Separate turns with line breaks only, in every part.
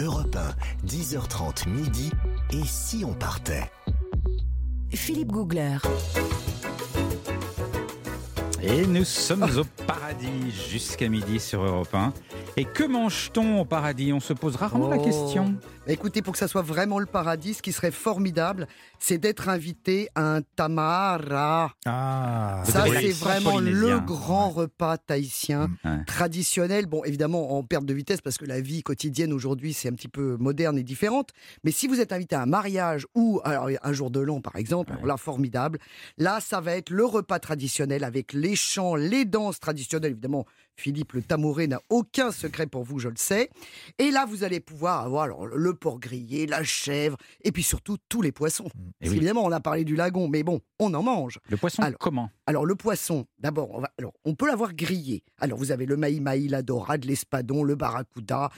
Europe 1, 10h30 midi. Et si on partait
Philippe Googler.
Et nous sommes au paradis jusqu'à midi sur Europe 1. Et que mange-t-on au paradis On se pose rarement la
Oh.
question.
Bah, Écoutez, pour que ça soit vraiment le paradis, ce qui serait formidable, c'est d'être invité à un tamara.
Ah,
Vous
Ça,
avez
c'est
l'accent
vraiment
polynésien.
le grand repas thaïtien
Ouais.
traditionnel. Bon, évidemment, en perte de vitesse parce que la vie quotidienne aujourd'hui, c'est un petit peu moderne et différente. Mais si vous êtes invité à un mariage ou alors, un jour de l'an, par exemple, alors là, formidable. Là, ça va être le repas traditionnel avec les chants, les danses traditionnelles. Évidemment, Philippe le Tamouré n'a aucun secret pour vous, je le sais. Et là, vous allez pouvoir avoir alors, le porc grillé, la chèvre et puis surtout tous les poissons.
Mm. Et
Parce
oui.
qu'évidemment, on a parlé du lagon, mais bon, on en mange.
Le poisson,
Alors.
comment
Alors le poisson, d'abord, on, va- alors, on peut l'avoir grillé. Alors vous avez le maï-maï, la dorade, l'espadon, le barracuda,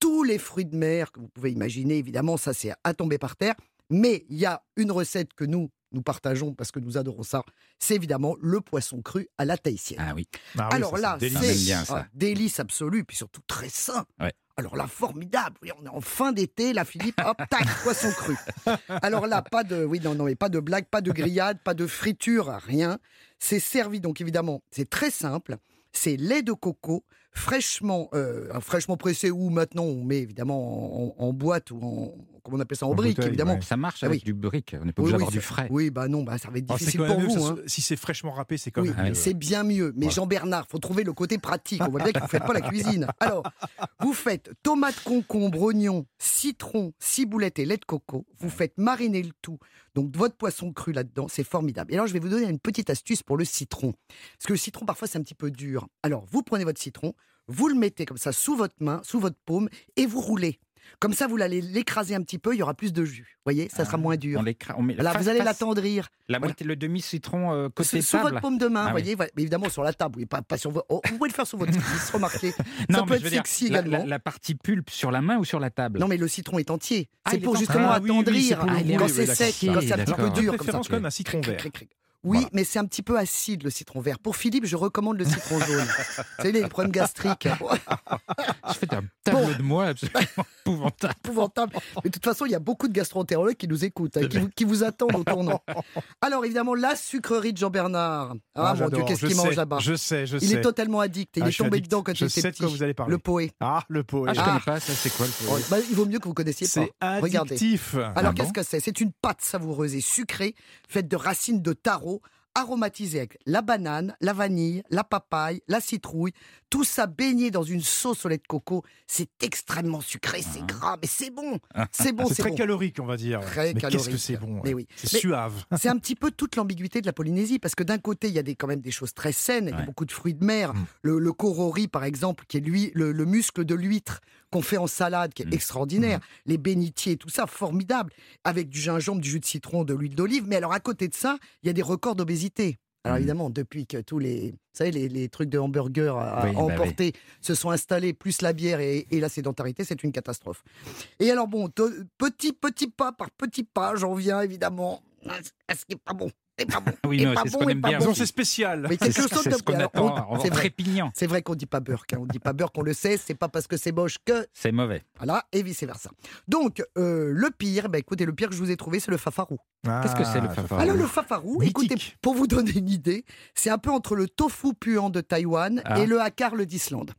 tous les fruits de mer que vous pouvez imaginer, évidemment, ça c'est à tomber par terre. Mais il y a une recette que nous, nous partageons parce que nous adorons ça, c'est évidemment le poisson cru à la tahitienne.
Ah oui.
Ah oui,
Alors
ça,
là,
c'est
délicieux.
c'est
J'aime bien ça.
un délice absolu, puis surtout très sain.
Ouais.
Alors là, formidable. Oui, on est en fin d'été, là, Philippe, hop, tac, poisson cru. Alors là, pas de, oui, non, non, mais pas de blague, pas de grillade, pas de friture, rien. C'est servi, donc évidemment, c'est très simple. C'est lait de coco, fraîchement, euh, fraîchement pressé, ou maintenant on met évidemment en, en boîte ou en, comment on appelle ça, en,
En
brique,
bouteille,
évidemment.
ouais.
Ça marche
Ah
avec
oui.
du brique. On n'est pas obligé d'avoir du
ça-
frais.
Oui, bah non, bah ça va être
Ah, c'est
difficile
quand
pour
même mieux que
vous.
ça
hein.
soit- Si c'est fraîchement râpé, c'est quand
Oui,
même
mieux.
c'est bien mieux. Mais
Voilà.
Jean-Bernard, faut trouver le côté pratique. On voit bien que vous ne faites pas la cuisine. Alors, vous faites tomate, concombre, oignon, citron, ciboulette et lait de coco. Vous faites mariner le tout. Donc, votre poisson cru là-dedans, c'est formidable. Et alors, je vais vous donner une petite astuce pour le citron. Parce que le citron, parfois, c'est un petit peu dur. Alors, vous prenez votre citron, vous le mettez comme ça sous votre main, sous votre paume, et vous roulez. Comme ça, vous allez l'écraser un petit peu, il y aura plus de jus. Vous voyez, ça sera moins
Ah, On
dur.
l'écra- on met
Là,
face-
vous allez
face-
l'attendrir.
La moitié, le demi-citron euh, côté
Sous
table.
votre paume de main,
Ah oui.
voyez, voilà. Mais évidemment sur la table, oui, pas, pas sur votre. oh, vous pouvez le faire sur votre cuisse, remarquez.
Non,
ça
mais
peut
je
être
veux dire,
sexy
la,
également.
la- la partie pulpe sur la main ou sur la table
Non, mais le citron est entier.
Ah, il
c'est
est
pour
entier.
justement
Ah oui, oui, oui, c'est
attendrir
pour le
quand
rouler,
c'est
oui, d'accord.
sec, quand c'est un petit peu
D'accord.
De
dur comme ça.
préférence quand même un citron
Cric,
vert.
cric, cric. Oui,
Voilà.
mais c'est un petit peu acide le citron vert. Pour Philippe, je recommande le citron jaune. Vous savez, les problèmes gastriques.
Je fais un
Ah,
tableau de moi absolument épouvantable.
épouvantable. Mais de toute façon, il y a beaucoup de gastroentérologues qui nous écoutent, hein, qui, vous, qui vous attendent au tournant. Alors, évidemment, la sucrerie de Jean-Bernard. Ah, mon Dieu,
j'adore,
qu'est-ce
je
qu'il mange
sais,
là-bas
Je sais, je
Il
sais.
est totalement addict. et Il
Ah,
est
je suis
tombé
addict.
dedans quand
Je
il était
sais de quoi
petit.
vous allez parler.
Le poé.
Ah, le poé.
Ah, je
Ah.
connais pas ça, c'est quoi le
Oh,
poé
bah, il vaut mieux que vous connaissiez pas.
C'est addictif.
Alors
Ah bon
qu'est-ce que c'est C'est une pâte savoureuse et sucrée faite de racines de taro aromatisées avec la banane, la vanille, la papaye, la citrouille, tout ça baigné dans une sauce au lait de coco. C'est extrêmement sucré, c'est gras, mais c'est bon. C'est bon,
Ah. c'est
c'est
très
bon.
calorique, on va dire.
Très
mais qu'est-ce que
calorique.
c'est bon.
Mais
ouais.
oui.
C'est
Mais-
suave.
C'est un petit peu toute l'ambiguïté de la Polynésie, parce que d'un côté, il y a des, quand même des choses très saines, il y
Ouais. Mm.
a beaucoup de fruits de mer. Le, le korori, par exemple, qui est lui, le, le muscle de l'huître qu'on fait en salade, qui est
Mm.
extraordinaire. Les bénitiers, tout ça, formidable. Avec du gingembre, du jus de citron, de l'huile d'olive. Mais alors, à côté de ça, il y a des records d'obésité. Alors
Mm.
évidemment, depuis que tous les, vous savez, les, les trucs de hamburger euh, à, à
Oui, bah oui.
emporter se sont installés, plus la bière et- et la sédentarité, c'est une catastrophe. Et alors bon, de- petit petit pas par petit pas, j'en viens évidemment à ce- à ce qui est pas bon. C'est pas bon.
Oui,
et
non,
pas
c'est ce
bon,
qu'on
et
aime
pas
bien.
bon.
Disons, c'est spécial.
Mais
C'est
quelque chose
c'est
de
ce qu'on
alors,
attend
on-
en
C'est vrai.
trépignant.
C'est vrai qu'on dit pas burk, hein, on dit pas burk, on le sait, c'est pas parce que c'est moche que
C'est mauvais.
voilà et vice versa. Donc euh, le pire, bah écoutez, le pire que je vous ai trouvé, c'est le fafarou.
Qu'est-ce que c'est le
Ah,
fafa
Alors le fafarou,
Mythique.
écoutez, pour vous donner une idée, c'est un peu entre le tofu puant de Taïwan
Ah.
et le hakarle d'Islande.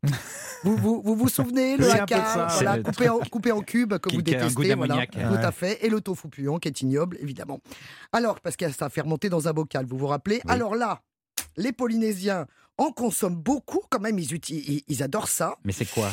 vous, vous, vous vous souvenez, le
C'est un peu
hakarle,
ça.
voilà,
C'est le
coupé, en, coupé en cubes que
Qui-
vous
qui a un goût hein.
détestez, voilà,
d'ammoniac.
tout
Ouais.
à fait, et le tofu puant qui est ignoble, évidemment. Alors, parce que ça a fermenté dans un bocal, vous vous rappelez
Oui.
Alors là, les Polynésiens en consomment beaucoup quand même, ils, uti- ils- ils adorent ça.
Mais c'est quoi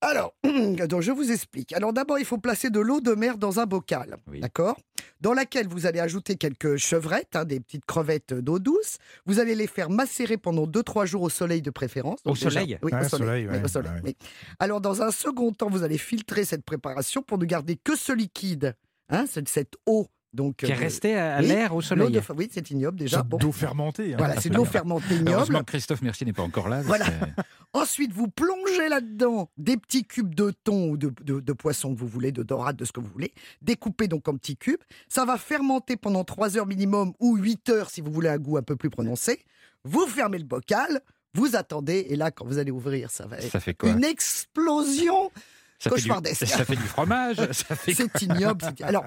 Alors, donc je vous explique. Alors d'abord, il faut placer de l'eau de mer dans un bocal,
Oui.
d'accord Dans laquelle vous allez ajouter quelques chevrettes, hein, des petites crevettes d'eau douce. Vous allez les faire macérer pendant 2-3 jours au soleil de préférence.
Au soleil
Oui,
Ouais,
au soleil.
soleil, ouais,
oui, au soleil,
ouais.
oui. Alors dans un second temps, vous allez filtrer cette préparation pour ne garder que ce liquide, hein, cette, cette eau. Donc,
Qui est
euh,
resté à à
oui,
l'air au
l'eau
soleil.
de- Oui, c'est ignoble déjà.
C'est
Bon.
d'eau fermentée. hein.
Voilà, c'est de l'eau fermentée ignoble.
Heureusement que Christophe Mercier n'est pas encore là. parce
Voilà.
que-
Ensuite, vous plongez là-dedans des petits cubes de thon ou de, de- de poisson que vous voulez, de dorade, de ce que vous voulez, découpés donc en petits cubes. Ça va fermenter pendant 3 heures minimum ou 8 heures si vous voulez un goût un peu plus prononcé. Vous fermez le bocal, vous attendez, et là, quand vous allez ouvrir, ça va être
Ça fait quoi
une explosion
Ça fait, du,
Cauchemardesque.
ça fait du fromage. ça fait-
C'est ignoble. c'est- Alors,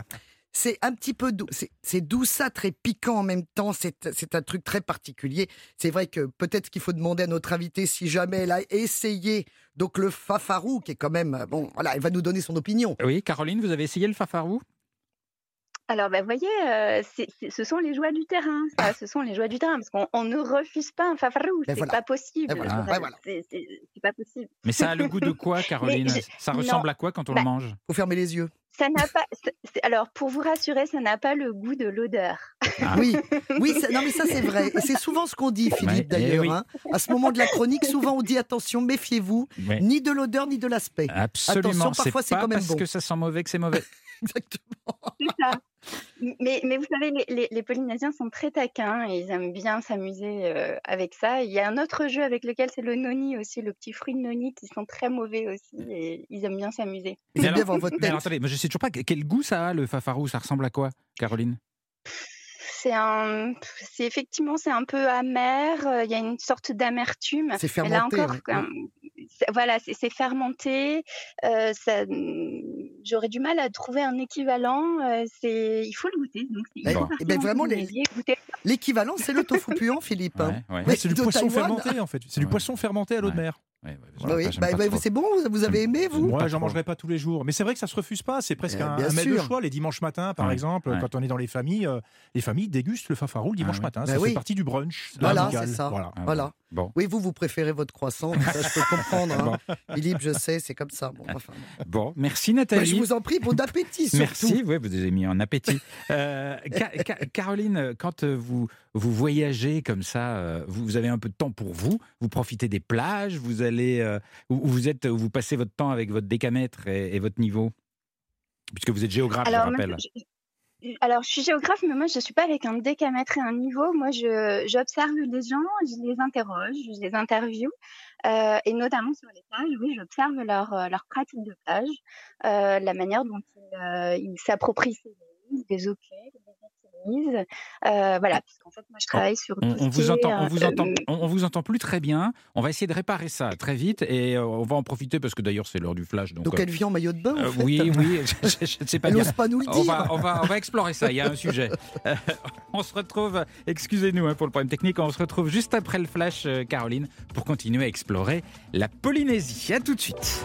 c'est un petit peu doux, c'est- c'est douceâtre et piquant en même temps. C'est c'est un truc très particulier. C'est vrai que peut-être qu'il faut demander à notre invitée si jamais elle a essayé. Donc le fafarou, qui est quand même euh, bon, voilà, elle va nous donner son opinion.
Oui, Caroline, vous avez essayé le fafarou
Alors, ben, vous voyez, euh, c'est- c'est- ce sont les joies du terrain, ça, ce sont les joies du terrain, parce qu'on on ne refuse pas un fafarou,
Ben
c'est
voilà.
pas possible.
Ben voilà.
Je veux
Ben
dire,
voilà.
c'est- C'est c'est pas possible.
Mais ça a le goût de quoi, Caroline
Mais je-
Ça
non.
ressemble à quoi quand on
Bah,
le mange
Faut fermer les yeux.
Ça n'a pas. c'est- c'est- alors, pour vous rassurer, ça n'a pas le goût de l'odeur.
Ah.
Oui, oui, ça- non mais ça c'est vrai. Et c'est souvent ce qu'on dit,
Ouais,
Philippe
eh
d'ailleurs.
oui.
hein. À ce moment de la chronique, souvent on dit attention, méfiez-vous,
Ouais.
ni de l'odeur ni de l'aspect.
Absolument.
Attention, parfois, c'est
pas
quand même
parce
bon.
que ça sent mauvais que c'est mauvais.
Exactement.
C'est ça. M- Mais, mais vous savez, les, les- les Polynésiens sont très taquins et ils aiment bien s'amuser euh, avec ça. Il y a un autre jeu avec lequel c'est le noni aussi, le petit fruit de noni qui sont très mauvais aussi
Mmh.
et ils aiment bien s'amuser.
Mais
C'est bien
alors-
dans votre
Mais
tête.
alors, attendez, mais je sais toujours pas que- quel goût ça a le fafarou. Ça ressemble à quoi, Caroline
C'est un, c'est effectivement c'est un peu amer. euh, Il y a une sorte d'amertume.
C'est
Mais Là
fermenté.
encore,
ouais.
quand- c'est- voilà, c'est c'est fermenté. euh, ça- J'aurais du mal à trouver un équivalent. euh, c'est, il faut le goûter. Donc c'est- il
Ben,
faut
bon.
partir
eh ben,
en
vraiment, les-
Polynésie et goûter
L'équivalent, c'est le tofu puant, Philippe. hein.
Ouais, ouais.
Mais
c'est du
de
poisson
Taïwan.
fermenté en fait. C'est du
Ouais.
poisson fermenté à l'eau de
Ouais.
mer.
Ouais, ouais,
Bah
j'aime
oui,
pas, j'aime
bah-
pas
bah,
trop.
c'est bon, vous- vous avez aimé, vous
J'aime pas
Moi, j'en
trop.
mangerai pas tous les jours. Mais c'est vrai que ça se refuse pas. C'est presque
Euh,
un,
bien
un mets de
sûr.
choix les dimanches matins, par
Ouais,
exemple.
ouais.
Quand on est dans les familles, euh, les familles dégustent le fafarou le dimanche
ouais.
matin.
Bah
ça
oui.
fait partie du brunch. de
Voilà,
l'amical.
c'est ça.
Voilà.
Ah,
Voilà.
Bon,
Oui, vous, vous préférez votre croissant, mais ça je peux comprendre. hein. Philippe, je sais, c'est comme ça. Bon, enfin,
bon, merci
Bah, je
Nathalie.
vous en prie, bon appétit surtout.
Merci, ouais, vous avez mis en appétit. Euh, Ca- Ca- Caroline, euh, quand euh, vous, vous voyagez comme ça, euh, vous, vous avez un peu de temps pour vous, vous profitez des plages, vous allez, euh, où- où vous êtes, où vous passez votre temps avec votre décamètre et, et votre niveau, puisque vous êtes géographe,
Alors,
je
moi,
rappelle.
je- je- alors, je suis géographe, mais moi, je ne suis pas avec un décamètre et un niveau. Moi, je- j'observe les gens, je les interroge, je les interviewe, euh, et notamment sur les plages, oui, j'observe leur, euh, leur pratique de plage, euh, la manière dont ils euh, ils s'approprient ces îles, les occupent, les utilisent. Euh, voilà, puisqu'en fait, moi, je travaille sur.
On,
tout
on
ce qui
vous
est,
entend, on
euh,
vous entend,
euh,
on, on vous entend plus très bien. On va essayer de réparer ça très vite et euh, on va en profiter parce que d'ailleurs c'est l'heure du flash. Donc,
Donc
euh,
elle vit en maillot de bain, en
euh,
fait.
oui, oui, je- je- je ne sais pas
Elle
bien.
n'ose pas nous le dire.
On va, on, va, on va explorer ça, il y a un sujet. Euh, on se retrouve, excusez-nous hein, pour le problème technique, on se retrouve juste après le flash, euh, Caroline, pour continuer à explorer la Polynésie. À tout de suite.